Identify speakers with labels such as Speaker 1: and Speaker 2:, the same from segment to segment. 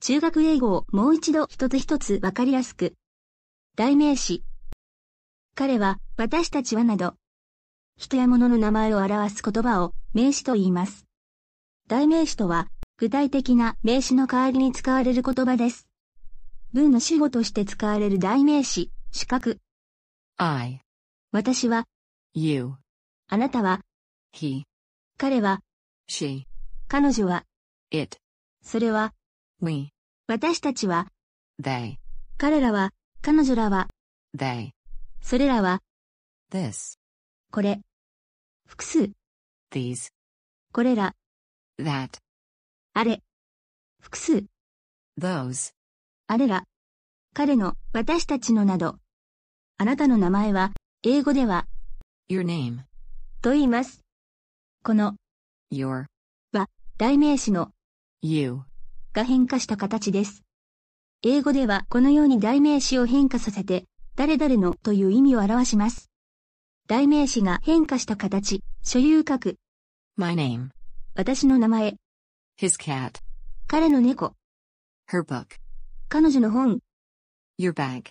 Speaker 1: 中学英語をもう一度一つ一つわかりやすく。代名詞。彼は、私たちはなど、人や物の名前を表す言葉を名詞と言います。代名詞とは、具体的な名詞の代わりに使われる言葉です。文の主語として使われる代名詞、主格。
Speaker 2: I,
Speaker 1: 私は、
Speaker 2: you,
Speaker 1: あなたは、
Speaker 2: he,
Speaker 1: 彼は、
Speaker 2: she,
Speaker 1: 彼女は、
Speaker 2: it,
Speaker 1: それは、
Speaker 2: we,
Speaker 1: 私たちは、
Speaker 2: they,
Speaker 1: 彼らは、彼女らは、
Speaker 2: they,
Speaker 1: それらは、
Speaker 2: this,
Speaker 1: これ。複数、
Speaker 2: these,
Speaker 1: これら、
Speaker 2: that,
Speaker 1: あれ。複数、
Speaker 2: those,
Speaker 1: あれら。彼の、私たちのなど。あなたの名前は、英語では、
Speaker 2: your name,
Speaker 1: と言います。この、
Speaker 2: your,
Speaker 1: 代名詞の、
Speaker 2: you,
Speaker 1: が変化した形です。英語ではこのように代名詞を変化させて、誰々のという意味を表します。代名詞が変化した形、所有格、
Speaker 2: my name,
Speaker 1: 私の名前、
Speaker 2: his cat,
Speaker 1: 彼の猫、
Speaker 2: her book,
Speaker 1: 彼女の本、
Speaker 2: your bag,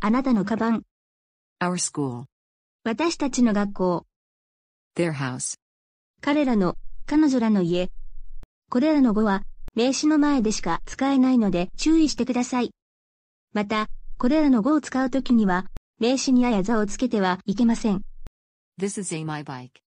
Speaker 1: あなたのカバン、
Speaker 2: our school,
Speaker 1: 私たちの学校、
Speaker 2: their house,
Speaker 1: 彼らの、彼女らの家。これらの語は、名詞の前でしか使えないので注意してください。また、これらの語を使うときには、名詞にあやざをつけてはいけません。
Speaker 2: this is a my bike.